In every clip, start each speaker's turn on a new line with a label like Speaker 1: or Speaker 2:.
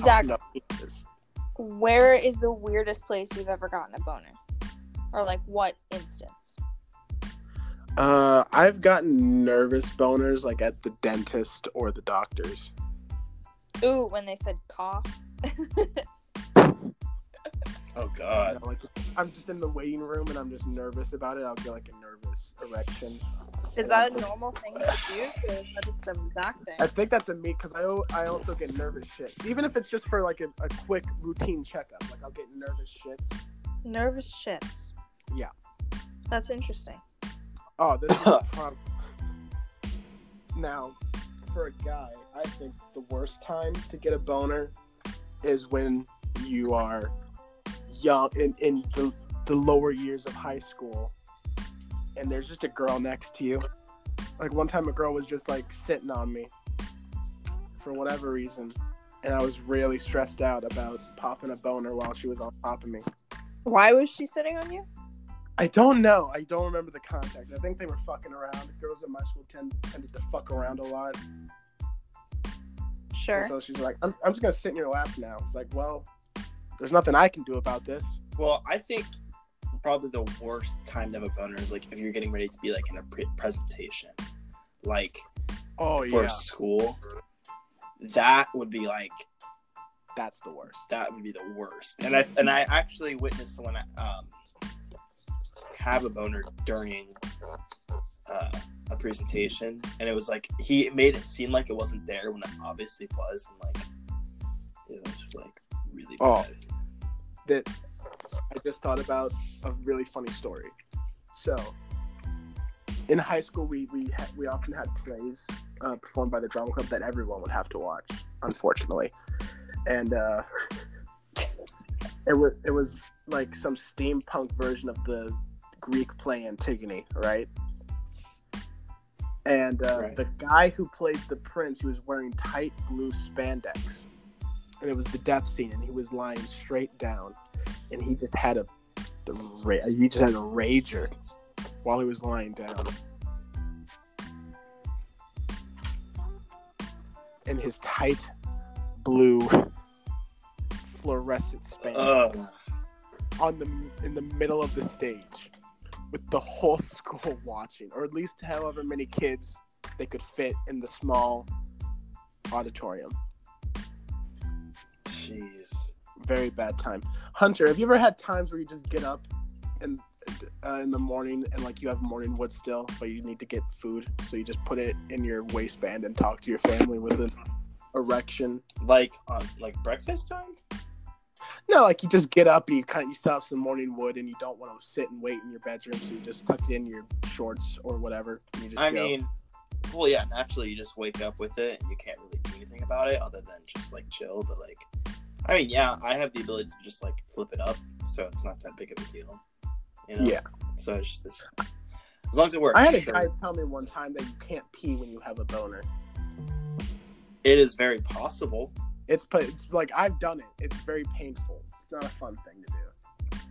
Speaker 1: Zach.
Speaker 2: talking about penises.
Speaker 1: Where is the weirdest place you've ever gotten a boner? Or like what instance?
Speaker 2: Uh, I've gotten nervous boners like at the dentist or the doctor's.
Speaker 1: Ooh, when they said cough.
Speaker 3: Oh
Speaker 2: You
Speaker 3: God.
Speaker 2: know, like I'm just in the waiting room and I'm just nervous about it. I'll get like a nervous erection.
Speaker 1: Is that a normal thing to do? Or is that just some Zach
Speaker 2: I
Speaker 1: thing?
Speaker 2: think that's a me because I, al- I also get nervous shits. Even if it's just for like a, a quick routine checkup, like I'll get nervous shits.
Speaker 1: Nervous shits.
Speaker 2: Yeah.
Speaker 1: That's interesting.
Speaker 2: Oh, this is a problem. Now, for a guy, I think the worst time to get a boner is when you are young in, in the, the lower years of high school and there's just a girl next to you. Like one time a girl was just like sitting on me for whatever reason. And I was really stressed out about popping a boner while she was on top of me.
Speaker 1: Why was she sitting on you?
Speaker 2: I don't know. I don't remember the context. I think they were fucking around. Girls in my school tend, tended to fuck around a lot. And
Speaker 1: Sure.
Speaker 2: so she's like, I'm, I'm just going to sit in your lap now. It's like, well, there's nothing I can do about this.
Speaker 3: Well, I think probably the worst time to have a boner is like if you're getting ready to be like in a pre- presentation, like
Speaker 2: Oh,
Speaker 3: for
Speaker 2: yeah.
Speaker 3: school. That would be like
Speaker 2: That's the worst.
Speaker 3: that would be the worst. And I and I actually witnessed someone um, have a boner during uh, a presentation, and it was like he made it seem like it wasn't there when it obviously was, and like it was like really
Speaker 2: Oh.
Speaker 3: bad.
Speaker 2: that I just thought about a really funny story. So, in high school, we we ha- we often had plays uh, performed by the drama club that everyone would have to watch, unfortunately, and uh, it was it was like some steampunk version of the Greek play Antigone, right? And uh,
Speaker 3: Right.
Speaker 2: the guy who played the prince, he was wearing tight blue spandex, and it was the death scene, and he was lying straight down, and he just had a the ra- he just had a rager while he was lying down. In his tight blue fluorescent spandex
Speaker 3: Ugh.
Speaker 2: on the in the middle of the stage with the whole school watching or at least however many kids they could fit in the small auditorium
Speaker 3: Jeez.
Speaker 2: very bad time hunter have you ever had times where you just get up and uh, in the morning and like you have morning wood still but you need to get food so you just put it in your waistband and talk to your family with an erection
Speaker 3: Like on like breakfast time?
Speaker 2: No, like you just get up and you kind of you still have some morning wood and you don't want to sit and wait in your bedroom, so you just tuck it in your shorts or whatever. And you just
Speaker 3: I
Speaker 2: go.
Speaker 3: mean, well, yeah, naturally you just wake up with it and you can't really do anything about it other than just like chill. But like, I mean, yeah, I have the ability to just like flip it up, so it's not that big of a deal. You know?
Speaker 2: Yeah.
Speaker 3: So it's just this. As long as it works.
Speaker 2: I had a
Speaker 3: sure.
Speaker 2: guy tell me one time that you can't pee when you have a boner.
Speaker 3: It is very possible.
Speaker 2: It's pa- it's like I've done it. It's very painful. It's not a fun thing to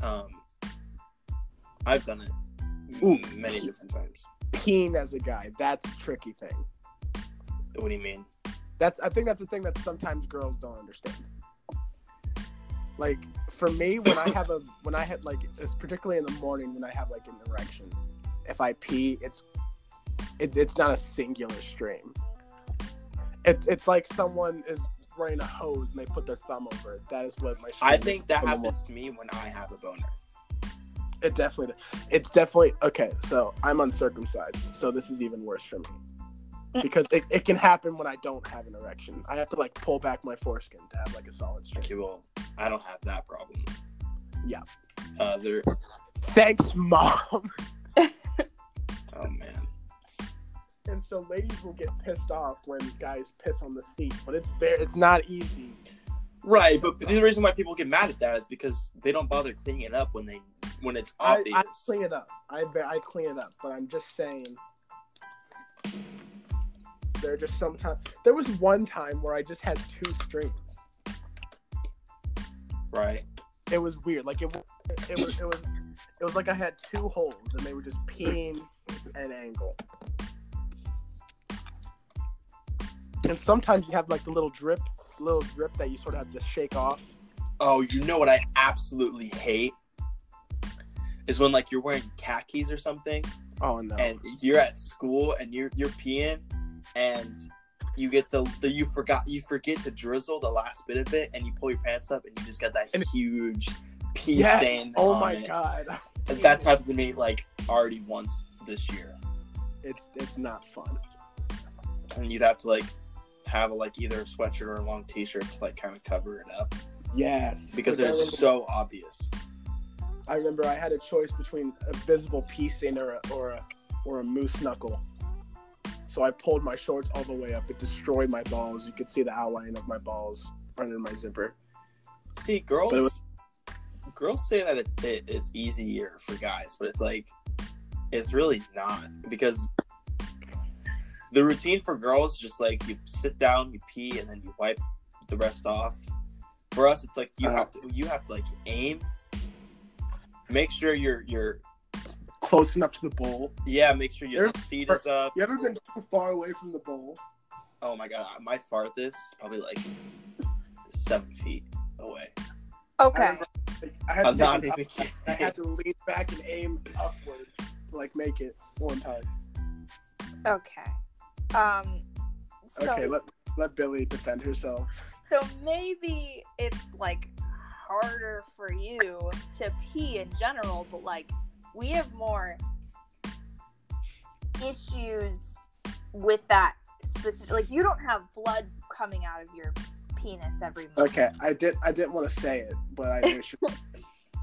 Speaker 2: do.
Speaker 3: Um, I've done it
Speaker 2: Ooh.
Speaker 3: many different times.
Speaker 2: Peeing as a guy, that's a tricky thing.
Speaker 3: What do you mean?
Speaker 2: That's I think that's the thing that sometimes girls don't understand. Like for me, when I have a when I had like it's particularly in the morning when I have like an erection, if I pee, it's it, it's not a singular stream. It's it's like someone is running a hose and they put their thumb over it. That is what my.
Speaker 3: I
Speaker 2: stream
Speaker 3: think
Speaker 2: is
Speaker 3: that
Speaker 2: in the
Speaker 3: happens to me when I have a boner.
Speaker 2: it definitely, it's definitely okay. So I'm uncircumcised, so this is even worse for me because it, it can happen when I don't have an erection. I have to like pull back my foreskin to have like a solid
Speaker 3: Okay,
Speaker 2: stream.
Speaker 3: well, I don't have that problem.
Speaker 2: Yeah.
Speaker 3: Uh, there.
Speaker 2: Thanks, mom.
Speaker 3: Oh man.
Speaker 2: And so ladies will get pissed off when guys piss on the seat, but it's very, it's not easy.
Speaker 3: Right, but the reason why people get mad at that is because they don't bother cleaning it up when they when it's
Speaker 2: I,
Speaker 3: obvious.
Speaker 2: I clean it up. I ve- I clean it up, but I'm just saying. There are just sometimes there was one time where I just had two streams.
Speaker 3: right.
Speaker 2: it was weird. Like it, it was, it was, it was like I had two holes, and they were just peeing at an angle. And sometimes you have like the little drip little grip that you sort of have to shake off.
Speaker 3: Oh, you know what I absolutely hate is when like you're wearing khakis or something,
Speaker 2: Oh no!
Speaker 3: and you're at school and you're you're peeing, and you get the, the you forgot you forget to drizzle the last bit of it, and you pull your pants up, and you just got that
Speaker 2: And-
Speaker 3: huge pee
Speaker 2: Yes!
Speaker 3: stain.
Speaker 2: oh
Speaker 3: on
Speaker 2: my
Speaker 3: it.
Speaker 2: god,
Speaker 3: That- That's happened to me like already once this year,
Speaker 2: it's it's not fun.
Speaker 3: and you'd have to like have like either a sweatshirt or a long t-shirt to like kind of cover it up
Speaker 2: Yes,
Speaker 3: because
Speaker 2: Like, I
Speaker 3: it's so obvious.
Speaker 2: I remember I had a choice between a visible pea stain or a, or a or a moose knuckle. So I pulled my shorts all the way up. It destroyed my balls. You could see the outline of my balls under my zipper.
Speaker 3: See,
Speaker 2: But it
Speaker 3: girls, girls say that it's it, it's easier for guys, but it's like it's really not because the routine for girls is just like you sit down, you pee, and then you wipe the rest off. For us, it's like you
Speaker 2: Uh-huh.
Speaker 3: have to you have to like aim, make sure your your
Speaker 2: Close enough to the bowl.
Speaker 3: yeah, make sure your
Speaker 2: There's-
Speaker 3: seat is up.
Speaker 2: You ever been too far away from the bowl?
Speaker 3: Oh my god, my farthest is probably like seven feet away.
Speaker 2: I
Speaker 1: Okay.
Speaker 2: remember, like, I had to
Speaker 3: I'm
Speaker 2: take
Speaker 3: not
Speaker 2: an
Speaker 3: even
Speaker 2: up- I
Speaker 3: kidding.
Speaker 2: had to lean back and aim upward to like make it one time.
Speaker 1: Okay. Um. So,
Speaker 2: Okay, let let Billy defend herself.
Speaker 1: so maybe it's like harder for you to pee in general, but like we have more issues with that specific. Like you don't have blood coming out of your penis every month.
Speaker 2: Okay, I did. I didn't want to say it, but I knew she.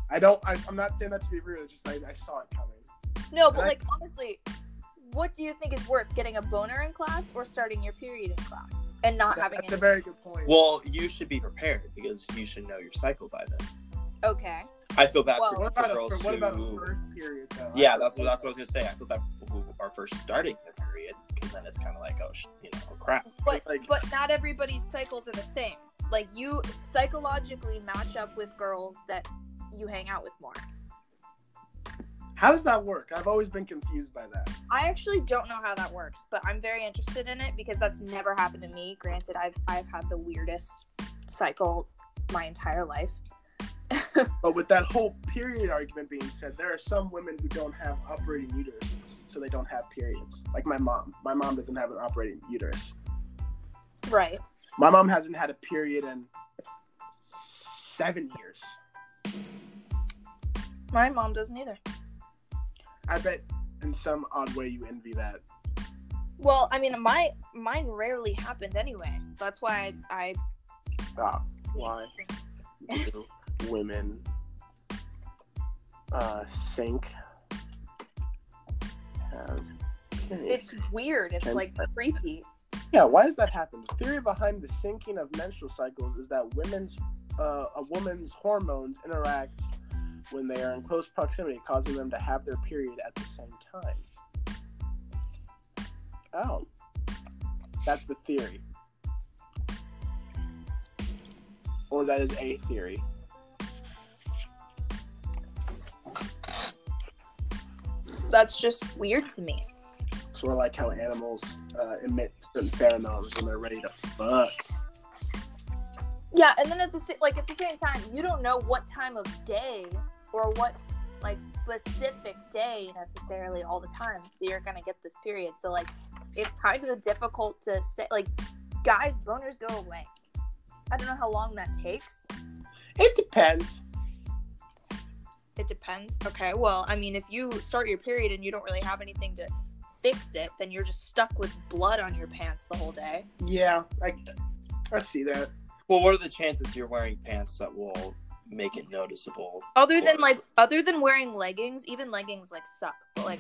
Speaker 2: I don't. I, I'm not saying that to be rude. It's just I, I saw it coming.
Speaker 1: No, but
Speaker 2: I-
Speaker 1: like honestly, what do you think is worse, getting a boner in class or starting your period in class and not having
Speaker 2: That's a
Speaker 1: any?
Speaker 2: very good point.
Speaker 3: Well, you should be prepared because you should know your cycle by then.
Speaker 1: okay.
Speaker 3: I feel bad
Speaker 1: Well,
Speaker 3: for,
Speaker 2: what
Speaker 3: for
Speaker 2: about a,
Speaker 3: girls
Speaker 2: what about a
Speaker 3: who.
Speaker 2: first period though?
Speaker 3: yeah, that's what that's what I was gonna say. I feel bad for people who are first starting their period because then it's kind of like, oh, sh- you know, oh, crap.
Speaker 1: But
Speaker 2: Like-
Speaker 1: but not everybody's cycles are the same. Like you psychologically match up with girls that you hang out with more.
Speaker 2: How does that work? I've always been confused by that.
Speaker 1: I actually don't know how that works, but I'm very interested in it because that's never happened to me. Granted, I've I've had the weirdest cycle my entire life.
Speaker 2: But with that whole period argument being said, there are some women who don't have operating uteruses, so they don't have periods. Like my mom. My mom doesn't have an operating uterus.
Speaker 1: Right.
Speaker 2: My mom hasn't had a period in seven years.
Speaker 1: My mom doesn't either.
Speaker 2: I bet in some odd way you envy that.
Speaker 1: Well, I mean, my mine rarely happened anyway. That's why I,
Speaker 2: Ah, why do women uh, sink? Have periods?
Speaker 1: It's weird. It's
Speaker 2: Okay.
Speaker 1: like creepy.
Speaker 2: Yeah, why does that happen? The theory behind the sinking of menstrual cycles is that women's uh, a woman's hormones interact when they are in close proximity, causing them to have their period at the same time. Oh, that's the theory, or that is a theory.
Speaker 1: That's just weird to me.
Speaker 2: Sort of like how animals uh, emit certain pheromones when they're ready to fuck.
Speaker 1: Yeah, and then at the sa- like at the same time, you don't know what time of day or what like specific day necessarily all the time that you're gonna get this period. So like, it's kind of difficult to say. Like, guys, boners go away. I don't know how long that takes.
Speaker 2: It depends.
Speaker 1: It depends. Okay. Well, I mean, if you start your period and you don't really have anything to fix it, then you're just stuck with blood on your pants the whole day.
Speaker 2: Yeah, I, I see that.
Speaker 3: Well, what are the chances you're wearing pants that will make it noticeable?
Speaker 1: Other than
Speaker 3: for-
Speaker 1: like, other than wearing leggings, even leggings like suck. But like,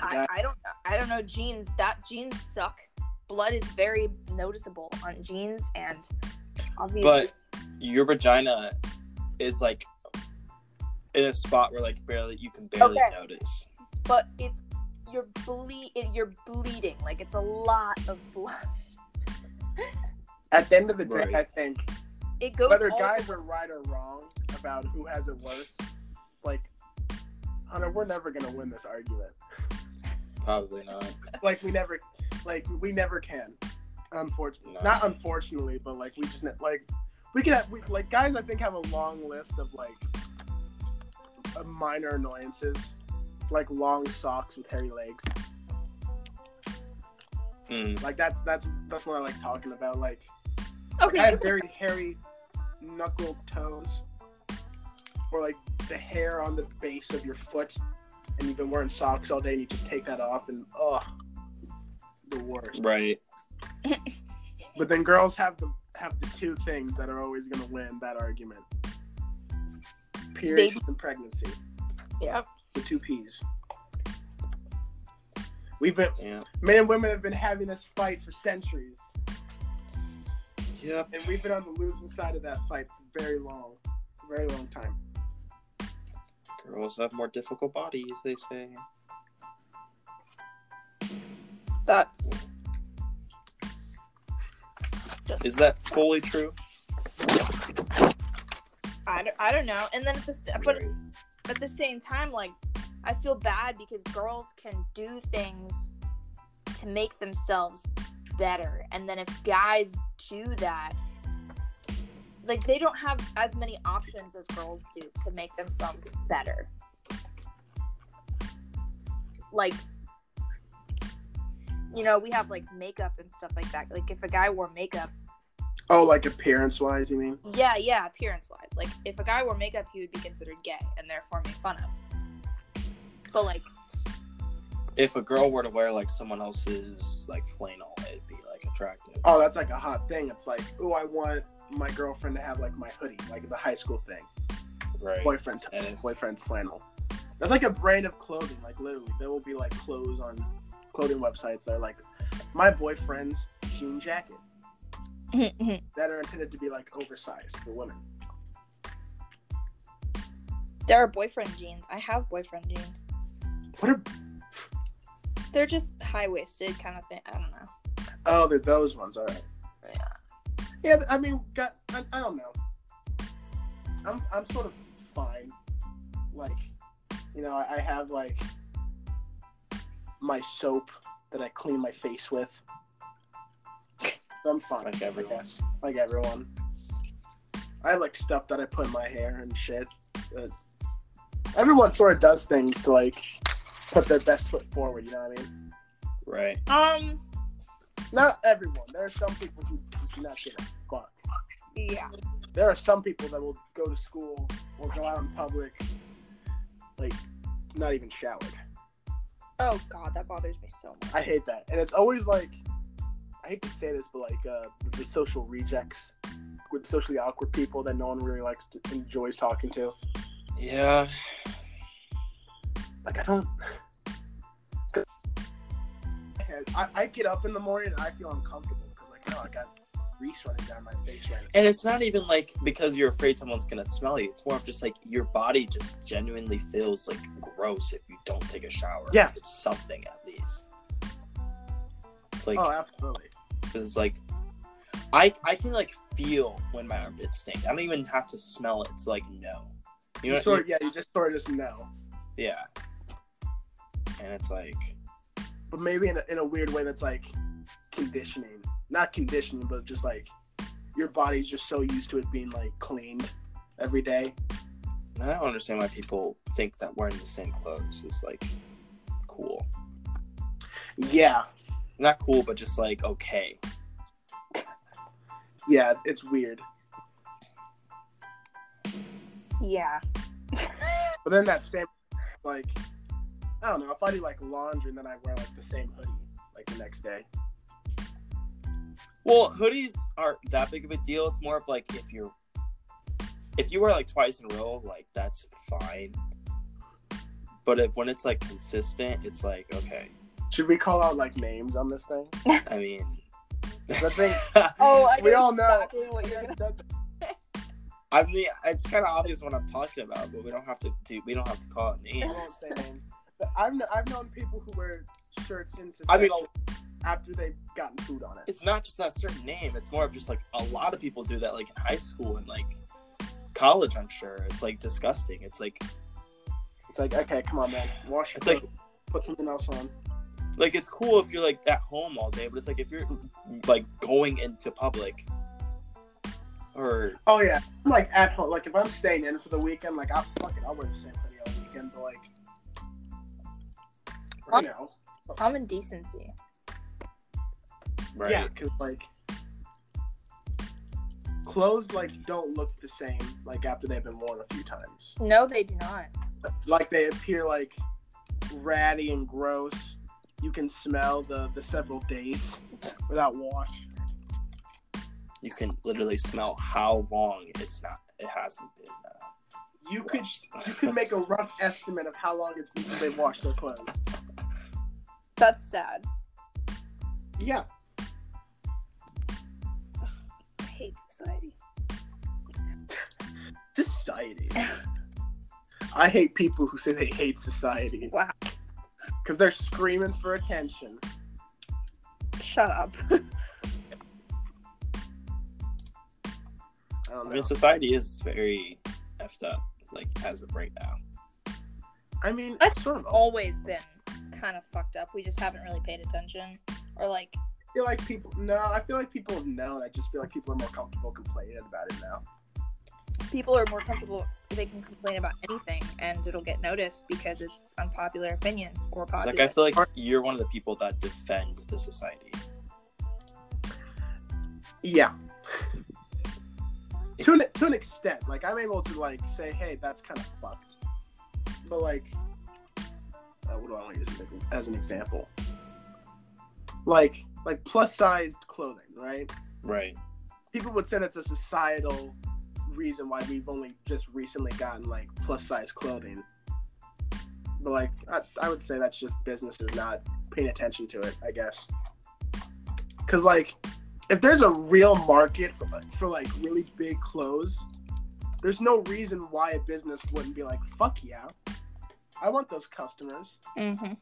Speaker 1: I,
Speaker 2: That-
Speaker 1: I don't know. I don't know jeans. That jeans suck. Blood is very noticeable on jeans, and obviously,
Speaker 3: but your vagina is like in a spot where like barely you can barely
Speaker 1: Okay.
Speaker 3: notice.
Speaker 1: but, it's you're ble- you're bleeding. Like it's a lot of blood.
Speaker 2: At the end of the day,
Speaker 3: Right.
Speaker 2: I think
Speaker 1: It goes
Speaker 2: whether
Speaker 1: all-
Speaker 2: guys are right or wrong about who has it worse, like, Hunter, we're never gonna win this argument.
Speaker 3: Probably not.
Speaker 2: Like we never, like we never can. Unfortunately,
Speaker 3: No.
Speaker 2: not unfortunately, but like we just ne- like we can have we, like guys. I think have a long list of like uh, minor annoyances, like long socks with hairy legs.
Speaker 3: Mm.
Speaker 2: Like that's that's that's what I like talking about. Like
Speaker 1: Okay.
Speaker 2: I have very hairy knuckled toes, or like the hair on the base of your foot, and you've been wearing socks all day, and you just take that off, and ugh, the worst.
Speaker 3: Right.
Speaker 2: But then girls have the have the two things that are always going to win that argument: periods
Speaker 1: Baby.
Speaker 2: and pregnancy.
Speaker 1: yeah.
Speaker 2: The two P's. We've been
Speaker 3: Yeah.
Speaker 2: men and women have been having this fight for centuries,
Speaker 3: Yep.
Speaker 2: and we've been on the losing side of that fight for very long, very long time.
Speaker 3: Girls have more difficult bodies, they say.
Speaker 1: That's just
Speaker 3: Is that fully true?
Speaker 1: I, don't, I don't know. And then at the, s- but at the same time, like I feel bad because girls can do things to make themselves better, and then if guys do that, like they don't have as many options as girls do to make themselves better. Like, you know, we have like makeup and stuff like that. Like, if a guy wore makeup,
Speaker 2: Oh, like appearance wise, you mean?
Speaker 1: yeah, yeah, appearance wise. Like if a guy wore makeup, he would be considered gay and therefore made fun of. But like,
Speaker 3: If a girl were to wear like someone else's like flannel, it'd be like attractive.
Speaker 2: Oh, that's like a hot thing. It's like, oh, I want my girlfriend to have like my hoodie, like the high school thing.
Speaker 3: Right.
Speaker 2: Boyfriend's
Speaker 3: And if-
Speaker 2: boyfriend's flannel. That's like a brand of clothing. Like literally, there will be like clothes on clothing websites that are like my boyfriend's jean jacket
Speaker 1: Mm-hmm.
Speaker 2: that are intended to be like oversized for women.
Speaker 1: there are boyfriend jeans. I have boyfriend jeans.
Speaker 2: What are
Speaker 1: They're just high waisted kind of thing. I don't know.
Speaker 2: oh, they're those ones. All right.
Speaker 1: Yeah.
Speaker 2: Yeah, I mean, got I, I don't know. I'm I'm sort of fine. Like, you know, I, I have like my soap that I clean my face with. So I'm fine.
Speaker 3: Like everyone.
Speaker 2: I guess. Like everyone. I have, like stuff that I put in my hair and shit. but everyone sort of does things to like put their best foot forward. You know what I mean?
Speaker 3: Right.
Speaker 1: Um.
Speaker 2: Not everyone. There are some people who do not give a fuck.
Speaker 1: Yeah.
Speaker 2: there are some people that will go to school or go out in public, like not even showered.
Speaker 1: Oh god, that bothers me so much.
Speaker 2: I hate that, and it's always like, I hate to say this, but like uh, the social rejects with socially awkward people that no one really likes to enjoys talking to.
Speaker 3: Yeah.
Speaker 2: Like I don't. I, I get up in the morning and I feel uncomfortable because like oh I got grease running down my face right now.
Speaker 3: And it's not even like because you're afraid someone's gonna smell you. It's more of just like your body just genuinely feels like gross if you don't take a shower.
Speaker 2: Yeah.
Speaker 3: Or something at least. It's like
Speaker 2: Oh, absolutely.
Speaker 3: it's like I I can like feel when my armpits stink. I don't even have to smell it to like know. You
Speaker 2: You
Speaker 3: know what I
Speaker 2: sort
Speaker 3: mean?
Speaker 2: of, yeah, you just sort of just know.
Speaker 3: Yeah. And it's like
Speaker 2: but maybe in a, in a weird way that's like conditioning not conditioning but just like your body's just so used to it being like cleaned every day
Speaker 3: I don't understand why people think that wearing the same clothes is like cool.
Speaker 2: yeah
Speaker 3: Not cool, but just like okay.
Speaker 2: yeah it's weird
Speaker 1: Yeah.
Speaker 2: but then that same like i don't know if i do like laundry and then i wear like the same hoodie like the next day
Speaker 3: Well, hoodies aren't that big of a deal. It's more of like if you're if you wear like twice in a row, like that's fine. But if when it's like consistent, it's like okay.
Speaker 2: should we call out like names on this thing
Speaker 3: I mean,
Speaker 2: The thing-
Speaker 1: Oh, I
Speaker 2: We all know.
Speaker 1: exactly what you're gonna.
Speaker 2: yeah
Speaker 3: I mean, it's kind of obvious what I'm talking about, but we don't have to do. We don't have to call it
Speaker 2: I
Speaker 3: names.
Speaker 2: won't say names. But I've, kn- I've known people who wear shirts in
Speaker 3: I mean-
Speaker 2: succession after they've gotten food on it
Speaker 3: It's not just that certain name. It's more of just like a lot of people do that, like in high school and like college. I'm sure it's like disgusting. It's like
Speaker 2: it's like okay come on man wash your
Speaker 3: It's like-
Speaker 2: clothes, put something else on
Speaker 3: like it's cool if you're like at home all day, but it's like if you're like going into public or
Speaker 2: Oh yeah, I'm like at home. Like if I'm staying in for the weekend, like I fuck it, I'll wear the same hoodie all weekend. But like,
Speaker 1: Right.
Speaker 2: you know,
Speaker 1: Common decency.
Speaker 3: right.
Speaker 2: yeah, because like clothes like don't look the same like after they've been worn a few times.
Speaker 1: No, they do not.
Speaker 2: Like they appear like ratty and gross. You can smell the the several days without wash.
Speaker 3: You can literally smell how long it's not it hasn't been uh,
Speaker 2: You could you could make a rough estimate of how long it's been since they washed their clothes.
Speaker 1: That's sad.
Speaker 2: Yeah,
Speaker 1: I hate society.
Speaker 2: society. I hate people who say they hate society
Speaker 1: Wow.
Speaker 2: because they're screaming for attention.
Speaker 1: Shut up.
Speaker 2: I don't
Speaker 3: I
Speaker 2: know.
Speaker 3: mean society is very effed up, like as of right now.
Speaker 2: I mean,
Speaker 1: I
Speaker 2: sort of. All,
Speaker 1: Always been kind of fucked up. We just haven't really paid attention. Or like,
Speaker 2: I feel like people. No, I feel like people have known. I just feel like people are more comfortable complaining about it now.
Speaker 1: people are more comfortable. They can complain about anything, and it'll get noticed because it's unpopular opinion or
Speaker 3: It's
Speaker 1: popular.
Speaker 3: like I feel like you're one of the people that defend the society.
Speaker 2: Yeah. to an to an extent, like I'm able to like say, hey, that's kind of fucked. But like, uh, what do I want to use as an- as an example? Like like plus sized clothing, right?
Speaker 3: Right.
Speaker 2: people would say that's a societal reason why we've only just recently gotten like plus size clothing. But like, I, I would say that's just businesses not paying attention to it, I guess. Because like, if there's a real market for, for like really big clothes, there's no reason why a business wouldn't be like, fuck yeah, I want those customers.
Speaker 1: mm-hmm.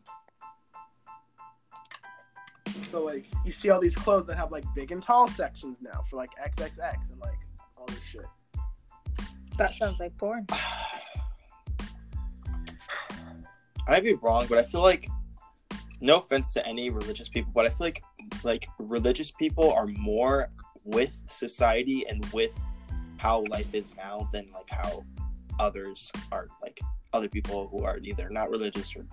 Speaker 2: So like, you see all these clothes that have like big and tall sections now for like XXX and like all this shit.
Speaker 1: That sounds like porn.
Speaker 3: I might be wrong, but I feel like no offense to any religious people, but I feel like like religious people are more with society and with how life is now than like how others are like other people who are either not religious or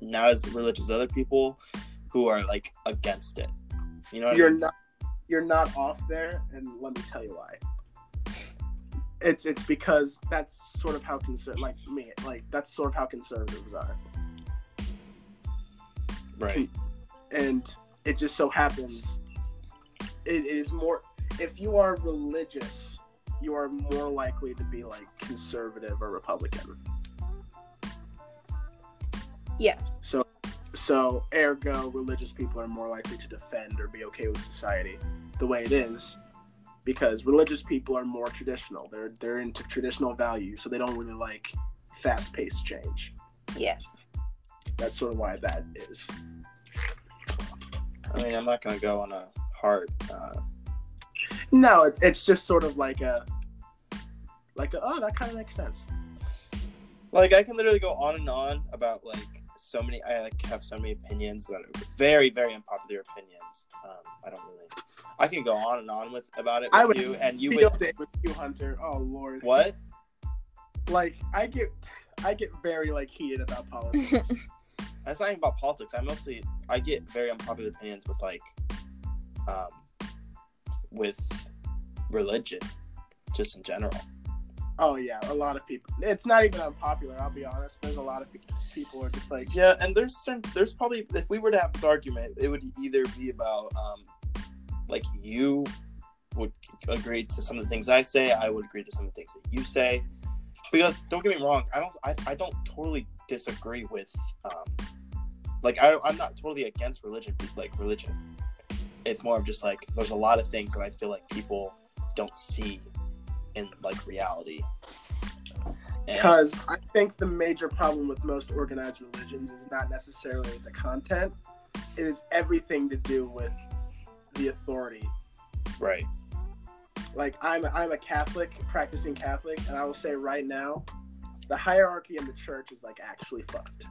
Speaker 3: not as religious as other people who are like against it. You know what I
Speaker 2: you're
Speaker 3: mean?
Speaker 2: not you're not off there and let me tell you why it's it's because that's sort of how conser- like me like that's sort of how conservatives are
Speaker 3: right.
Speaker 2: and it just so happens it is more if you are religious you are more likely to be like conservative or republican
Speaker 1: Yes.
Speaker 2: so so ergo religious people are more likely to defend or be okay with society the way it is because religious people are more traditional they're they're into traditional values so they don't really like fast-paced change
Speaker 1: Yes.
Speaker 2: that's sort of why that is
Speaker 3: I mean, I'm not gonna go on a hard uh,
Speaker 2: no it, it's just sort of like a like a, oh that kind of makes sense
Speaker 3: like I can literally go on and on about like so many. I like have so many opinions that are very, very unpopular opinions. Um, I don't really. I can go on and on with about it. With
Speaker 2: I would
Speaker 3: you and you
Speaker 2: Field
Speaker 3: would
Speaker 2: day with you hunter oh lord
Speaker 3: what?
Speaker 2: like i get i get very like heated about politics
Speaker 3: That's not even about politics. I mostly I get very unpopular opinions with like, um, with religion, just in general.
Speaker 2: oh yeah a lot of people it's not even unpopular i'll be honest there's a lot of pe- people are just like
Speaker 3: Yeah, and there's certain, there's probably if we were to have this argument, it would either be about um, like you would agree to some of the things I say, I would agree to some of the things that you say. Because don't get me wrong, I don't I, I don't totally disagree with um, like I, I'm not totally against religion like religion. It's more of just like there's a lot of things that I feel like people don't see in like reality. And,
Speaker 2: Because I think the major problem with most organized religions is not necessarily the content, it is everything to do with the authority.
Speaker 3: right.
Speaker 2: Like, I'm, I'm a Catholic, practicing Catholic, and I will say right now, the hierarchy in the church is like actually fucked.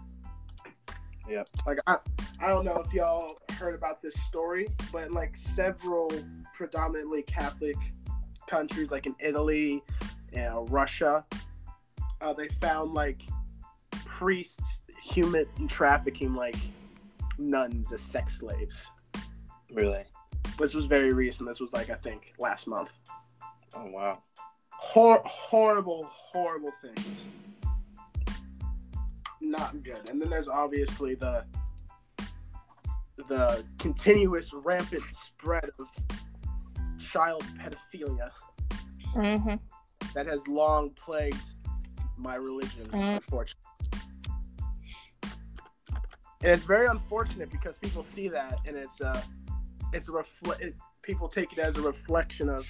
Speaker 3: Yep.
Speaker 2: Like I, I don't know if y'all heard about this story, but in like several predominantly Catholic countries, like in Italy and Russia, uh, they found like priests human trafficking like nuns as sex slaves.
Speaker 3: Really?
Speaker 2: This was very recent. This was like I think last month.
Speaker 3: Oh wow.
Speaker 2: Hor- horrible, horrible things. Not good. And then there's obviously the the continuous rampant spread of child pedophilia
Speaker 1: Mm-hmm.
Speaker 2: that has long plagued my religion,
Speaker 1: Mm.
Speaker 2: unfortunately. And it's very unfortunate because people see that, and it's uh, it's a refle- it, people take it as a reflection of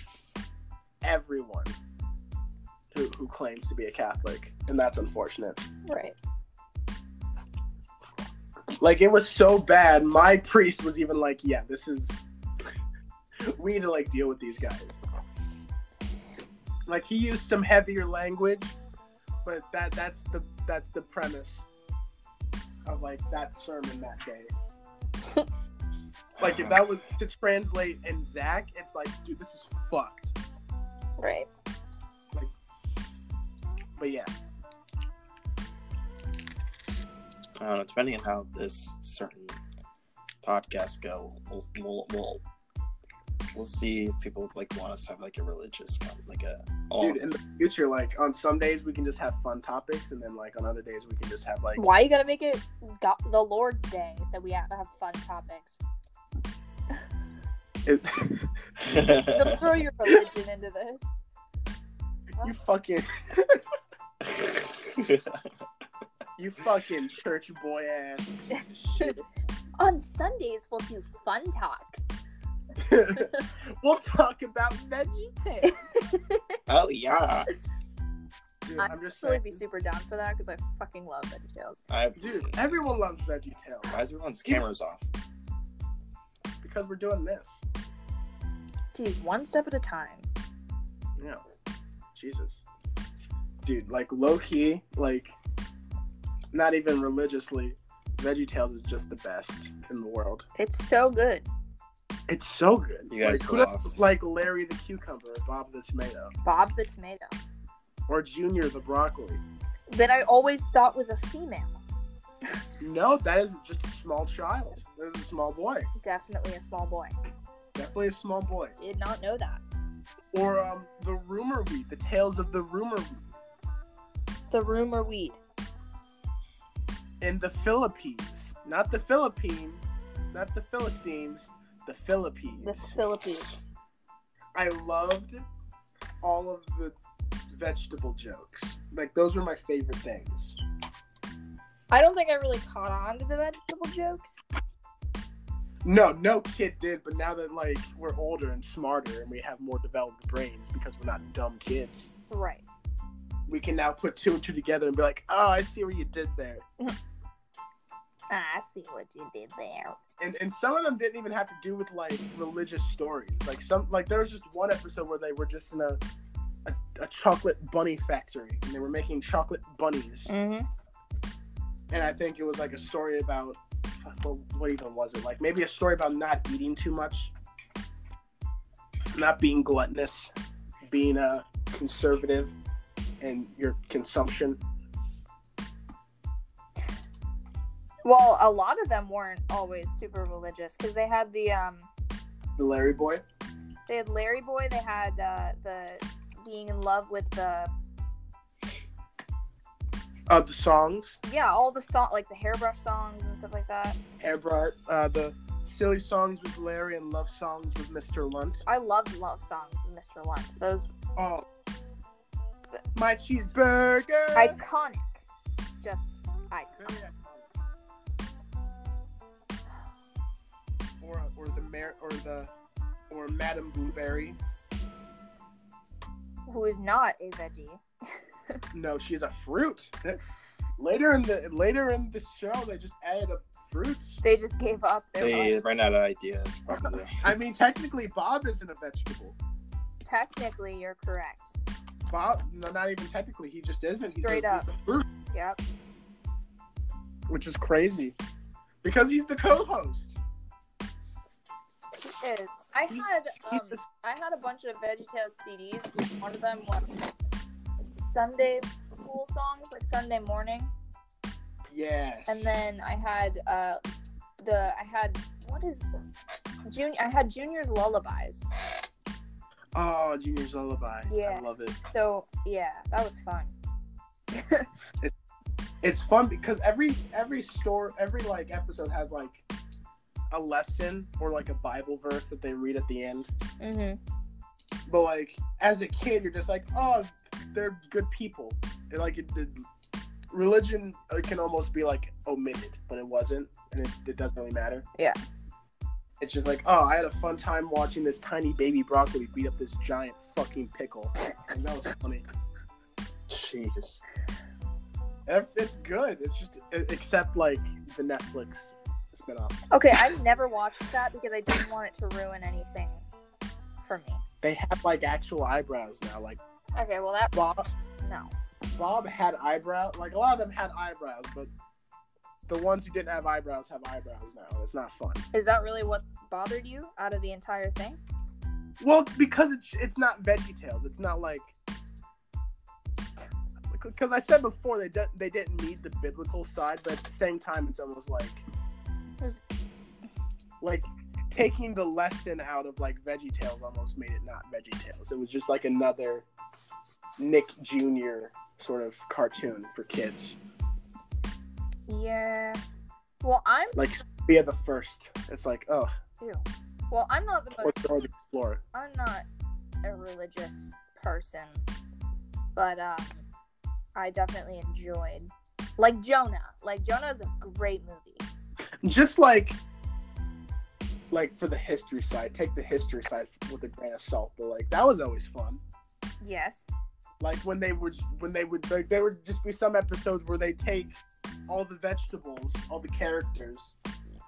Speaker 2: everyone who, who claims to be a Catholic, and that's unfortunate.
Speaker 1: Right.
Speaker 2: Like it was so bad, my priest was even like, "Yeah, this is we need to like deal with these guys." Like he used some heavier language, but that that's the that's the premise of like that sermon that day. Like if that was to translate in Zach, it's like, dude, this is fucked.
Speaker 1: Right.
Speaker 2: But yeah,
Speaker 3: I don't know. Depending on how this certain podcast go, we'll we'll we'll, we'll see if people like want us to have like a religious kind of like a.
Speaker 2: dude, in the future, like on some days we can just have fun topics, and then like on other days we can just have like
Speaker 1: Why you gotta make it go- the Lord's Day that we have, have fun topics?
Speaker 2: it,
Speaker 1: Don't throw your religion into this.
Speaker 2: you fucking You fucking church boy ass piece of shit.
Speaker 1: On Sundays, we'll do fun talks.
Speaker 2: we'll talk about veggie tales.
Speaker 3: oh yeah,
Speaker 2: Dude,
Speaker 1: I
Speaker 2: I'm just
Speaker 1: So
Speaker 2: saying.
Speaker 1: I'd be super down for that because I fucking love Veggie Tales.
Speaker 3: I.
Speaker 2: Dude, everyone loves veggie tales
Speaker 3: Why is everyone's cameras off?
Speaker 2: because we're doing this.
Speaker 1: Dude, one step at a time.
Speaker 2: Yeah. Jesus. Dude, like low key, like not even religiously, veggie tales is just the best in the world.
Speaker 1: It's so good.
Speaker 2: It's so good.
Speaker 3: You guys
Speaker 2: like,
Speaker 3: go
Speaker 2: who doesn't
Speaker 3: off.
Speaker 2: like Larry the cucumber or Bob the tomato
Speaker 1: Bob the Tomato,
Speaker 2: or Junior the broccoli?
Speaker 1: that I always thought was a female.
Speaker 2: No, that is just a small child. That is a small boy.
Speaker 1: Definitely a small boy.
Speaker 2: Definitely a small boy.
Speaker 1: Did not know that.
Speaker 2: or um, the rumor weed, the tales of the rumor weed
Speaker 1: The rumor weed.
Speaker 2: in the Philippines, not the Philippine, not the Philistines, the Philippines.
Speaker 1: The Philippines.
Speaker 2: I loved all of the vegetable jokes. Like those were my favorite things.
Speaker 1: I don't think I really caught on to the vegetable jokes.
Speaker 2: No, no kid did, but now that like we're older and smarter and we have more developed brains because we're not dumb kids,
Speaker 1: Right.
Speaker 2: we can now put two and two together and be like, "Oh, I see what you did there."
Speaker 1: Ah, I see what you did there.
Speaker 2: and and some of them didn't even have to do with like religious stories. Like some like there was just one episode where they were just in a a, a chocolate bunny factory and they were making chocolate bunnies.
Speaker 1: Mm-hmm.
Speaker 2: And I think it was like a story about fuck, what, what even was it? Like maybe a story about not eating too much, not being gluttonous, being uh, conservative in your consumption.
Speaker 1: Well, a lot of them weren't always super religious because they had the um,
Speaker 2: The Larry Boy.
Speaker 1: they had Larry Boy. They had uh, the being in love with the
Speaker 2: Uh, the songs,
Speaker 1: yeah, all the song like the hairbrush songs and stuff like that.
Speaker 2: Airbrush, uh, the silly songs with Larry and love songs with Mr. Lunt.
Speaker 1: I loved love songs with Mr. Lunt. Those
Speaker 2: Oh. My cheeseburger.
Speaker 1: iconic, just iconic.
Speaker 2: Or, or the mayor or the or Madame Blueberry.
Speaker 1: Who is not a veggie?
Speaker 2: No, she's a fruit. Later in the later in the show, they just added a fruit.
Speaker 1: They just gave up. They were
Speaker 3: They
Speaker 1: like,
Speaker 3: ran out of ideas, probably.
Speaker 2: I mean, technically, Bob isn't a vegetable.
Speaker 1: technically, you're correct.
Speaker 2: Bob, no, not even technically. He just isn't. He's a-
Speaker 1: Straight up.
Speaker 2: He's a fruit,
Speaker 1: Yep.
Speaker 2: which is crazy. because he's the co-host.
Speaker 1: It is. I
Speaker 2: He-
Speaker 1: had um,
Speaker 2: he's just-
Speaker 1: I had a bunch of VeggieTales CDs. One of them was Sunday school songs, like Sunday morning,
Speaker 2: Yes.
Speaker 1: and then I had uh, the I had what is junior? I had Junior's lullabies.
Speaker 2: oh, Junior's Lullaby. I
Speaker 1: Yeah.
Speaker 2: love it.
Speaker 1: So yeah, that was fun.
Speaker 2: It's fun because every every store every like episode has like a lesson or like a Bible verse that they read at the end.
Speaker 1: Mm-hmm.
Speaker 2: But like as a kid, you're just like, oh, they're good people. And like it, the religion uh, can almost be like omitted, but it wasn't, and it, it doesn't really matter.
Speaker 1: Yeah.
Speaker 2: It's just like, oh, I had a fun time watching this tiny baby broccoli beat up this giant fucking pickle, and that was funny.
Speaker 3: Jeez.
Speaker 2: Ev- It's good. It's just e- except like the Netflix spinoff.
Speaker 1: Okay, I never watched that because I didn't want it to ruin anything for me.
Speaker 2: They have like actual eyebrows now. Like
Speaker 1: Okay, well that
Speaker 2: Bob,
Speaker 1: no.
Speaker 2: Bob had eyebrow. Like a lot of them had eyebrows, but the ones who didn't have eyebrows have eyebrows now. It's not fun.
Speaker 1: Is that really what bothered you out of the entire thing?
Speaker 2: Well, because it's it's not Veggie Tales. It's not like because I said before they didn't they didn't need the biblical side, but at the same time, it's almost like
Speaker 1: There's-
Speaker 2: like taking the lesson out of like Veggie Tales almost made it not Veggie Tales. It was just like another Nick Jr. sort of cartoon for kids,
Speaker 1: Yeah. Well, I'm
Speaker 2: like Sophia the First. It's like oh,
Speaker 1: Ew. Well, I'm not the
Speaker 2: or
Speaker 1: most.
Speaker 2: Dora the Explorer.
Speaker 1: I'm not a religious person, but um, I definitely enjoyed, like Jonah. Like Jonah is a great movie.
Speaker 2: just like like for the history side take the history side with a grain of salt but like that was always fun
Speaker 1: Yes.
Speaker 2: like when they would when they would like there would just be some episodes where they take all the vegetables all the characters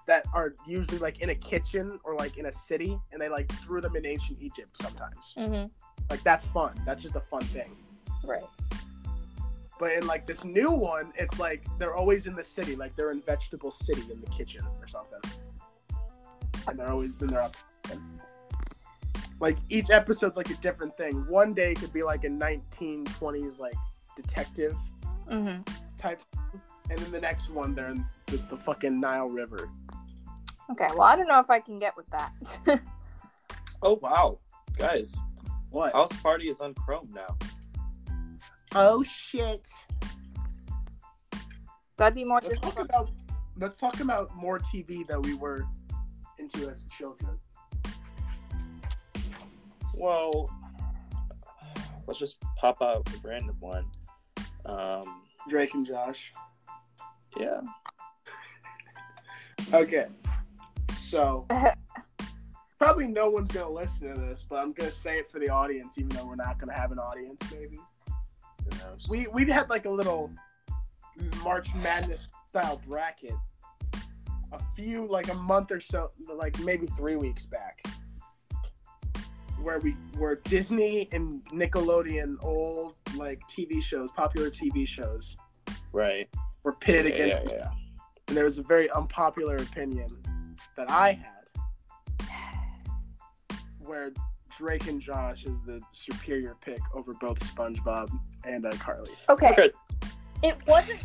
Speaker 2: that are usually like in a kitchen or like in a city and they like threw them in ancient egypt sometimes
Speaker 1: Mm-hmm.
Speaker 2: like that's fun that's just a fun thing
Speaker 1: Right.
Speaker 2: but in like this new one it's like they're always in the city like they're in vegetable city in the kitchen or something and they're always then they're up like each episode's like a different thing one day could be like a 1920s like detective
Speaker 1: Mm-hmm.
Speaker 2: type and then the next one they're in the, the fucking nile river
Speaker 1: Okay. Well, I don't know if I can get with that.
Speaker 3: Oh wow, guys,
Speaker 2: what
Speaker 3: House Party is on Chrome now.
Speaker 2: oh shit
Speaker 1: That'd be more.
Speaker 2: let's talk
Speaker 1: difficult.
Speaker 2: about let's talk about more tv that we were into as children
Speaker 3: Well, let's just pop out a random one. Um,
Speaker 2: drake and josh
Speaker 3: yeah.
Speaker 2: Okay. So probably no one's gonna listen to this, but I'm gonna say it for the audience, even though we're not gonna have an audience. Maybe
Speaker 3: Who knows?
Speaker 2: we we had like a little March Madness style bracket a few like a month or so, like maybe three weeks back, where we where Disney and Nickelodeon, old like TV shows, popular TV shows,
Speaker 3: right.
Speaker 2: were pitted
Speaker 3: Yeah,
Speaker 2: against
Speaker 3: yeah, yeah.
Speaker 2: and there was a very unpopular opinion that I had where Drake and Josh is the superior pick over both SpongeBob and uh, Carly.
Speaker 1: Okay.
Speaker 3: Okay.
Speaker 1: It wasn't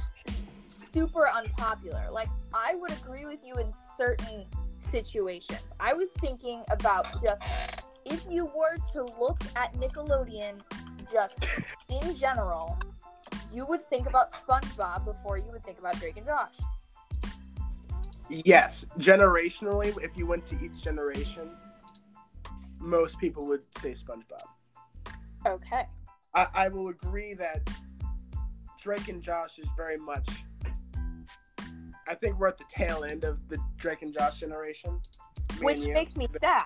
Speaker 1: super unpopular. Like I would agree with you in certain situations. I was thinking about just if you were to look at Nickelodeon just in general, you would think about SpongeBob before you would think about Drake and Josh.
Speaker 2: Yes, generationally, if you went to each generation, most people would say SpongeBob.
Speaker 1: Okay.
Speaker 2: I, I will agree that Drake and Josh is very much. I think we're at the tail end of the Drake and Josh generation. Me
Speaker 1: Which
Speaker 2: and you.
Speaker 1: makes me sad.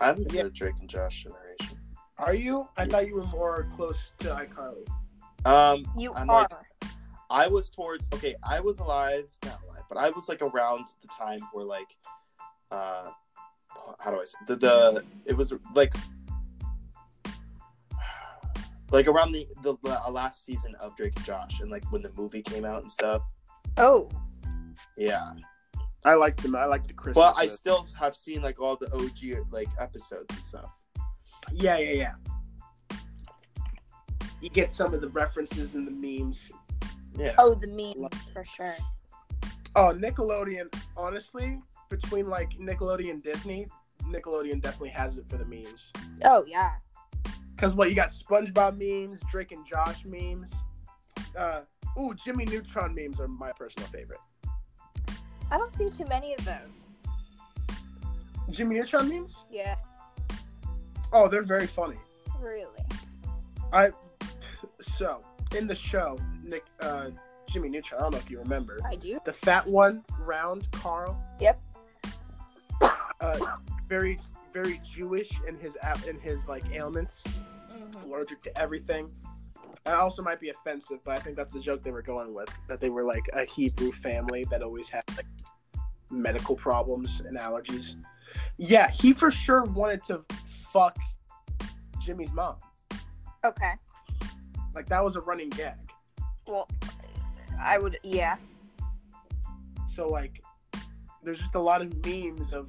Speaker 3: I'm in
Speaker 2: Yeah.
Speaker 3: the Drake and Josh generation.
Speaker 2: Are you? I
Speaker 3: Yeah.
Speaker 2: thought you were more close to iCarly.
Speaker 3: Um,
Speaker 1: You
Speaker 3: I'm
Speaker 1: are.
Speaker 3: like- I was towards okay, I was alive, not alive, but I was like around the time where like uh how do I say the, the it was like like around the, the the uh, last season of Drake and Josh and like when the movie came out and stuff.
Speaker 1: oh.
Speaker 3: Yeah.
Speaker 2: I like them. I like the Christmas.
Speaker 3: But I
Speaker 2: list.
Speaker 3: still have seen like all the OG like episodes and stuff.
Speaker 2: yeah, yeah, yeah. You get some of the references and the memes.
Speaker 3: Yeah.
Speaker 1: Oh, the memes for sure.
Speaker 2: Oh, Nickelodeon. Honestly, between like Nickelodeon and Disney, Nickelodeon definitely has it for the memes.
Speaker 1: Oh yeah.
Speaker 2: Cause what you got? SpongeBob memes, Drake and Josh memes. Uh, ooh, Jimmy Neutron memes are my personal favorite.
Speaker 1: I don't see too many of those.
Speaker 2: Jimmy Neutron memes?
Speaker 1: Yeah,
Speaker 2: Oh, they're very funny.
Speaker 1: really.
Speaker 2: So in the show, Nick, uh, Jimmy Neutron. I don't know if you remember
Speaker 1: I do.
Speaker 2: the fat one, round Carl.
Speaker 1: Yep.
Speaker 2: Uh, very, very Jewish in his ab- in his like ailments,
Speaker 1: hmm
Speaker 2: allergic to everything. That also might be offensive, but I think that's the joke they were going with. That they were like a Hebrew family that always had like medical problems and allergies. Yeah, he for sure wanted to fuck Jimmy's mom.
Speaker 1: Okay.
Speaker 2: Like that was a running gag.
Speaker 1: Well, I would. Yeah.
Speaker 2: So like, there's just a lot of memes of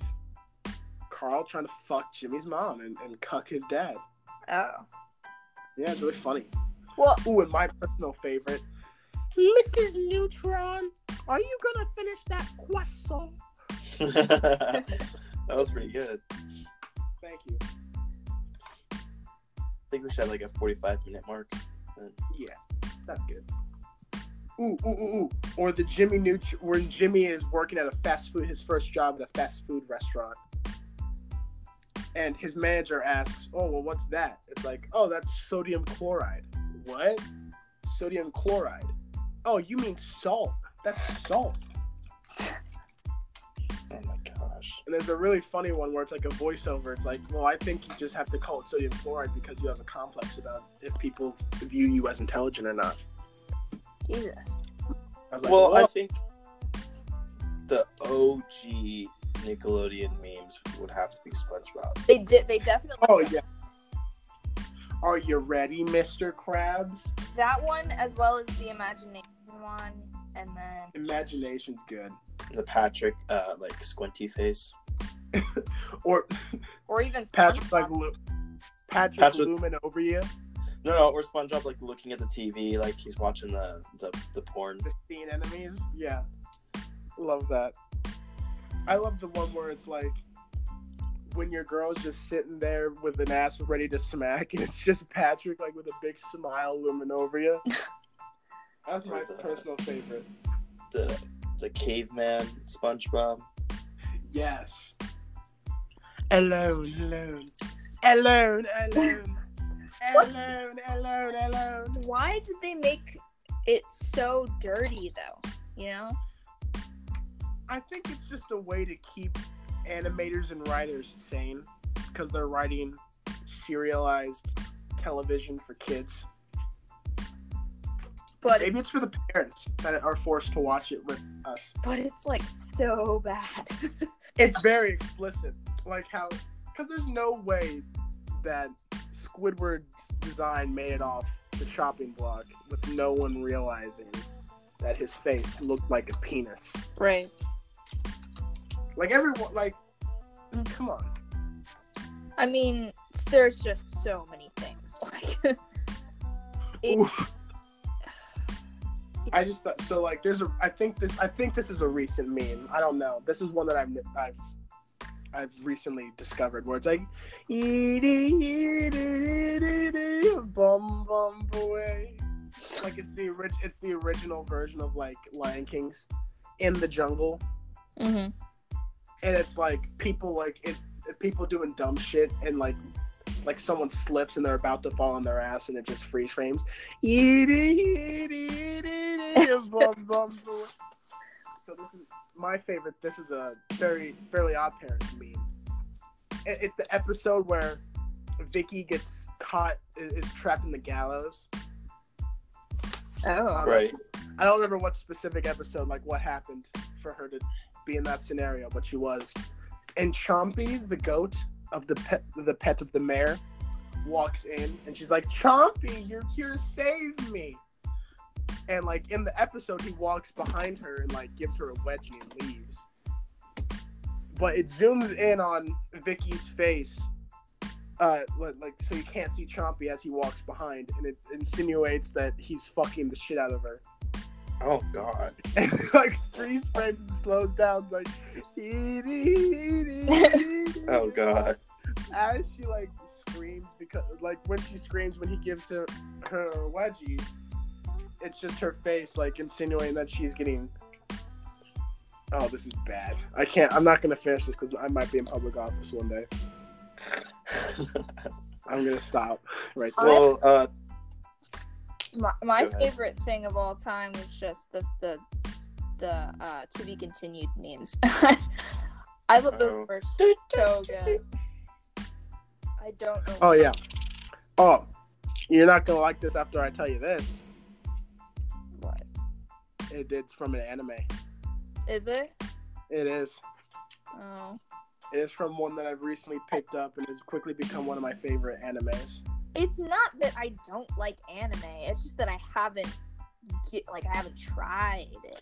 Speaker 2: Carl trying to fuck Jimmy's mom and, and cuck his dad.
Speaker 1: Oh.
Speaker 2: Yeah, it's really funny.
Speaker 1: Well,
Speaker 2: Ooh, and my personal favorite, Mrs. Neutron, are you gonna finish that croissant?
Speaker 3: that was pretty good. I
Speaker 2: Thank you.
Speaker 3: think we should have like a 45 minute mark.
Speaker 2: Yeah, that's good. Ooh, ooh, ooh, ooh. Or the Jimmy Neutron, when Jimmy is working at a fast food, his first job at a fast food restaurant. And his manager asks, Oh, well, what's that? It's like, Oh, that's sodium chloride. What? Sodium chloride. Oh, you mean salt. That's salt.
Speaker 3: Oh my gosh.
Speaker 2: And there's a really funny one where it's like a voiceover. It's like, Well, I think you just have to call it sodium chloride because you have a complex about if people view you as intelligent or not.
Speaker 1: Jesus.
Speaker 2: I was like,
Speaker 3: well, I
Speaker 2: "Whoa."
Speaker 3: think the OG Nickelodeon memes would have to be SpongeBob.
Speaker 1: They did. They definitely.
Speaker 2: Oh yeah. Are you ready, Mr. Krabs?
Speaker 1: That one, as well as the imagination one, and then
Speaker 2: Imagination's good.
Speaker 3: The Patrick, uh, like squinty face.
Speaker 2: Or
Speaker 1: or even
Speaker 2: Patrick like
Speaker 1: SpongeBob.
Speaker 2: lo- Patrick,
Speaker 3: Patrick-
Speaker 2: looming over you.
Speaker 3: No, no, or SpongeBob like looking at the TV, like he's watching the the, the porn.
Speaker 2: The scene enemies. Yeah. Love that. I love the one where it's like when your girl's just sitting there with an ass ready to smack, and it's just Patrick like with a big smile looming over you. That's my personal favorite.
Speaker 3: The the caveman SpongeBob.
Speaker 2: Yes. Alone, alone, alone, alone,
Speaker 1: What?
Speaker 2: alone, alone, alone.
Speaker 1: Why did they make it so dirty, though? You know.
Speaker 2: I think it's just a way to keep animators and writers sane because they're writing serialized television for kids.
Speaker 1: But
Speaker 2: Maybe it's for the parents that are forced to watch it with us.
Speaker 1: but it's like so bad.
Speaker 2: It's very explicit, like how because there's no way that Squidward's design made it off the chopping block with no one realizing that his face looked like a penis.
Speaker 1: right.
Speaker 2: Like everyone, like come on,
Speaker 1: I mean, there's just so many things. Like, it-
Speaker 2: Ooh. I just thought so. Like, there's a. I think this. I think this is a recent meme. I don't know. This is one that I've I've I've recently discovered where it's like, "Eedy, eedy, eedy, eedy, bum bum away. Like it's the orig- It's the original version of like Lion King's in the jungle,
Speaker 1: Mhm.
Speaker 2: and it's like people like it. People doing dumb shit and like. Like someone slips and they're about to fall on their ass and it just freeze frames. Eedy, eedy, eedy, eedy, bum, bum, away. So this is my favorite. This is a very fairly odd parents meme. It, it's the episode where Vicky gets caught is, is trapped in the gallows.
Speaker 1: Oh.
Speaker 3: Right.
Speaker 2: I don't remember what specific episode, like what happened for her to be in that scenario, but she was. And Chompy, the goat of the pet, the pet of the mare, walks in and she's like, "Chompy, you're here to save me." And like in the episode, he walks behind her and like gives her a wedgie and leaves. but it zooms in on Vicky's face. Uh, li- like so you can't see Chompy as he walks behind, and it insinuates that he's fucking the shit out of her.
Speaker 3: Oh God.
Speaker 2: And like freeze frames and slows down, it's like. "Ee, dee, dee, dee, dee."
Speaker 3: Oh God.
Speaker 2: As she like screams because like when she screams when he gives her her wedgie, it's just her face like insinuating that she's getting. Oh, this is bad. I can't. I'm not gonna finish this because I might be in public office one day. I'm gonna stop right there.
Speaker 3: Well, uh,
Speaker 1: My, my
Speaker 3: Go ahead.
Speaker 1: favorite thing of all time was just the the the uh, to be continued memes. I love
Speaker 3: Oh.
Speaker 1: those works so good. I don't know.
Speaker 2: Oh yeah. Oh, you're not gonna like this after I tell you this.
Speaker 1: what
Speaker 2: It, it's from an anime.
Speaker 1: is it?
Speaker 2: It is.
Speaker 1: Oh,
Speaker 2: It is from one that I've recently picked up and has quickly become one of my favorite animes.
Speaker 1: it's not that I don't like anime. It's just that I haven't get, like I haven't tried it.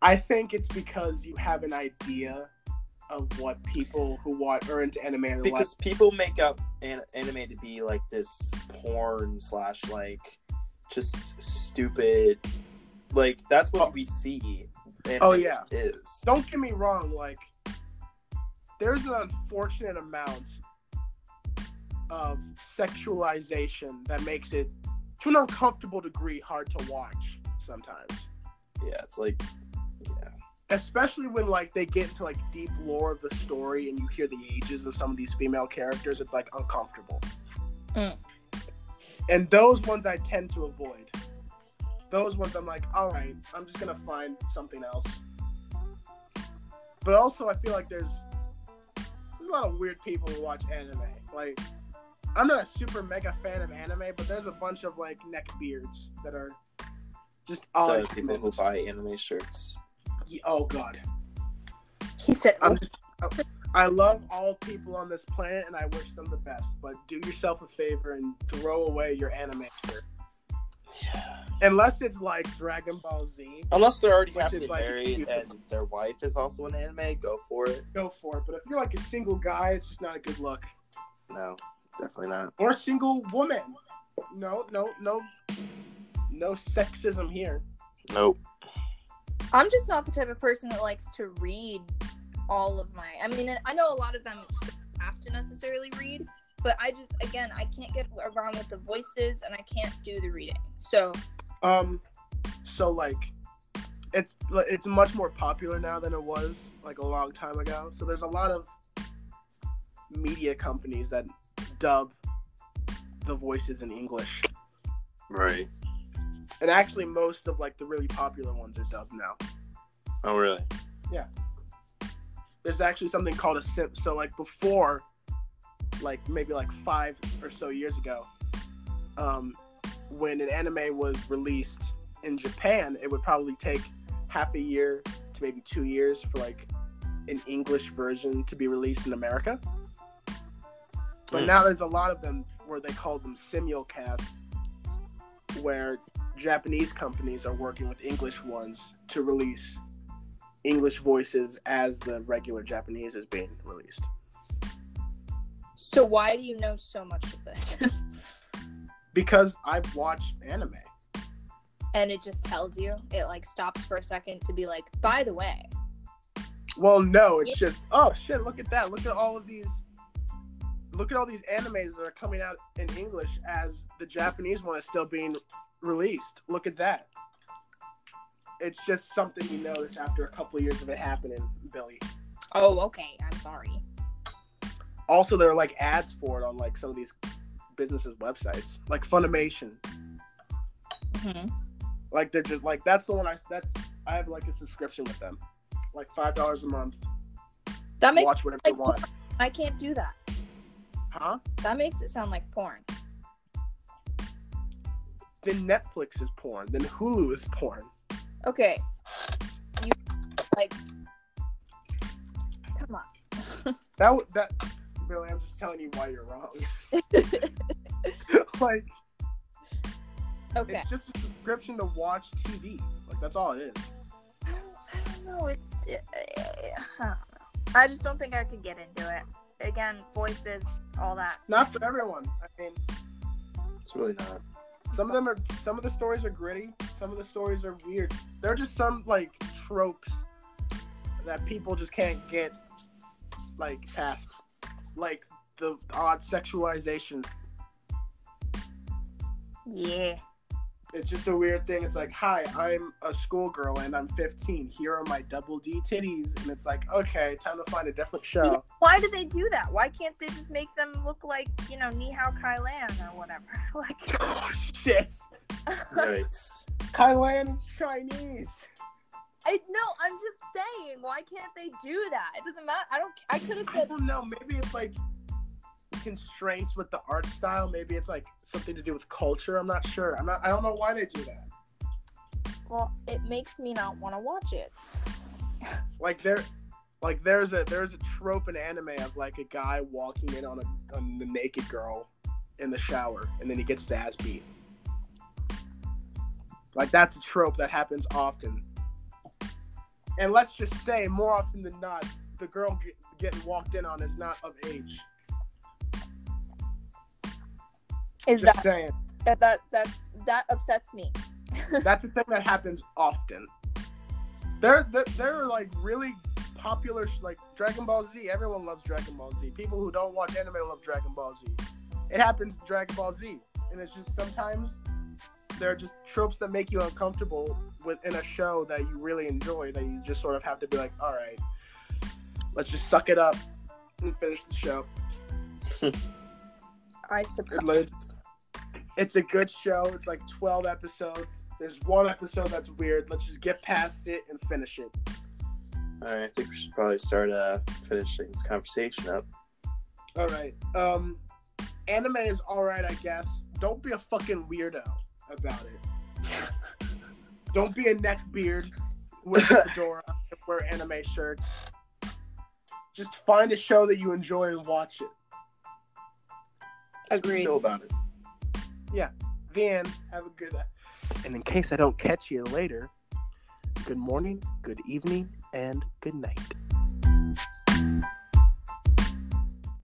Speaker 2: I think it's because you have an idea of what people who want are into anime are
Speaker 3: because people make up an- anime to be like this porn slash like just stupid. Like that's what we see. anime
Speaker 2: Oh, yeah.
Speaker 3: is
Speaker 2: don't get me wrong, like there's an unfortunate amount of sexualization that makes it to an uncomfortable degree hard to watch sometimes.
Speaker 3: yeah. It's like
Speaker 2: Especially when like they get into like deep lore of the story and you hear the ages of some of these female characters, it's like uncomfortable.
Speaker 1: Mm.
Speaker 2: And those ones I tend to avoid. Those ones I'm like, all right, I'm just gonna find something else. But also, I feel like there's there's a lot of weird people who watch anime. Like, I'm not a super mega fan of anime, but there's a bunch of like neck beards that are just all
Speaker 3: the
Speaker 2: Oh, like,
Speaker 3: people who buy anime shirts.
Speaker 2: Ye- Oh God,
Speaker 1: He said,
Speaker 2: I'm just. I love all people on this planet, and I wish them the best. But do yourself a favor and throw away your anime shirt,
Speaker 3: Yeah.
Speaker 2: unless it's like Dragon Ball Z.
Speaker 3: Unless they're already
Speaker 2: Which
Speaker 3: happily
Speaker 2: is, like,
Speaker 3: married
Speaker 2: cute.
Speaker 3: and their wife is also an anime, go for it.
Speaker 2: Go for it. But if you're like a single guy, it's just not a good look.
Speaker 3: No, definitely not.
Speaker 2: Or a single woman. No, no, no, no sexism here.
Speaker 3: Nope.
Speaker 1: I'm just not the type of person that likes to read all of my. I mean, and I know a lot of them have to necessarily read, but I just, again, I can't get around with the voices and I can't do the reading. So,
Speaker 2: Um, so like, it's like, it's much more popular now than it was like a long time ago. So there's a lot of media companies that dub the voices in English,
Speaker 3: Right.
Speaker 2: and actually most of like the really popular ones are dubbed now.
Speaker 3: Oh, really?
Speaker 2: There's actually something called a simp. So like before, like maybe like five or so years ago, um, when an anime was released in Japan, it would probably take half a year to maybe two years for like an English version to be released in America. But
Speaker 3: Hmm.
Speaker 2: now there's a lot of them where they call them simulcasts, where Japanese companies are working with English ones to release English voices as the regular Japanese is being released.
Speaker 1: so why do you know so much of this?
Speaker 2: Because I've watched anime.
Speaker 1: and it just tells you, it like stops for a second to be like, by the way,
Speaker 2: Well, no, it's just oh shit! Look at that! Look at all of these! Look at all these animes that are coming out in English as the Japanese one is still being released. Look at that! It's just something you notice after a couple of years of it happening, Billy.
Speaker 1: oh, okay, I'm sorry.
Speaker 2: Also, there are like ads for it on like some of these businesses' websites, like Funimation.
Speaker 1: hmm
Speaker 2: Like they're just like that's the one I that's I have like a subscription with them, like five dollars a month.
Speaker 1: That makes,
Speaker 2: Watch whatever you
Speaker 1: like-
Speaker 2: want,
Speaker 1: I can't do that.
Speaker 2: huh?
Speaker 1: That makes it sound like porn.
Speaker 2: Then Netflix is porn. Then Hulu is porn.
Speaker 1: Okay. You, like, come on.
Speaker 2: That w- that really, I'm just telling you why you're wrong. like
Speaker 1: Okay.
Speaker 2: it's just a subscription to watch TV. Like that's all it is.
Speaker 1: I don't know. It's. I don't know. uh, I just don't think I could get into it. Again, voices, all that.
Speaker 2: Not for everyone. I mean,
Speaker 3: It's really not.
Speaker 2: some of them are some of the stories are gritty some of the stories are weird they're just some like tropes that people just can't get like past like the odd sexualization
Speaker 1: Yeah.
Speaker 2: it's just a weird thing it's like hi i'm a schoolgirl and i'm 15 here are my double d titties and it's like okay time to find a different show
Speaker 1: Why do they do that? Why can't they just make them look like, you know, Nihao Kai Lan or whatever? Like,
Speaker 2: oh shit
Speaker 3: Yikes.
Speaker 2: kylan's chinese
Speaker 1: I no, I'm just saying, why can't they do that? It doesn't matter. I don't. I could have
Speaker 2: I
Speaker 1: said
Speaker 2: don't know. Maybe it's like constraints with the art style. Maybe it's like something to do with culture. I'm not sure. I'm not. I don't know why they do that.
Speaker 1: Well, it makes me not want to watch it.
Speaker 2: Like there, like there's a there's a trope in anime of like a guy walking in on a on the naked girl in the shower, and then he gets his ass beat. Like that's a trope that happens often. And let's just say, more often than not, the girl get, getting walked in on is not of age.
Speaker 1: Is
Speaker 2: Just
Speaker 1: that,
Speaker 2: saying.
Speaker 1: that that that's that upsets me?
Speaker 2: That's a thing that happens often. There, there, there are like really popular, sh- like Dragon Ball Z. Everyone loves Dragon Ball Z. People who don't watch anime love Dragon Ball Z. It happens in Dragon Ball Z, and it's just sometimes there are just tropes that make you uncomfortable within a show that you really enjoy. That you just sort of have to be like, all right, let's just suck it up and finish the show.
Speaker 1: I suppose.
Speaker 2: It lives. It's a good show. It's like 12 episodes. There's one episode that's weird. Let's just get past it and finish it.
Speaker 3: All right, I think we should probably start uh, finishing this conversation up.
Speaker 2: All right. Um, anime is all right, I guess. Don't be a fucking weirdo about it. Don't be a neckbeard with a fedora and wear anime shirts. Just find a show that you enjoy and watch it.
Speaker 3: Agree. Chill about it.
Speaker 2: The end. Have a good. And in case I don't catch you later, good morning, good evening, and good night.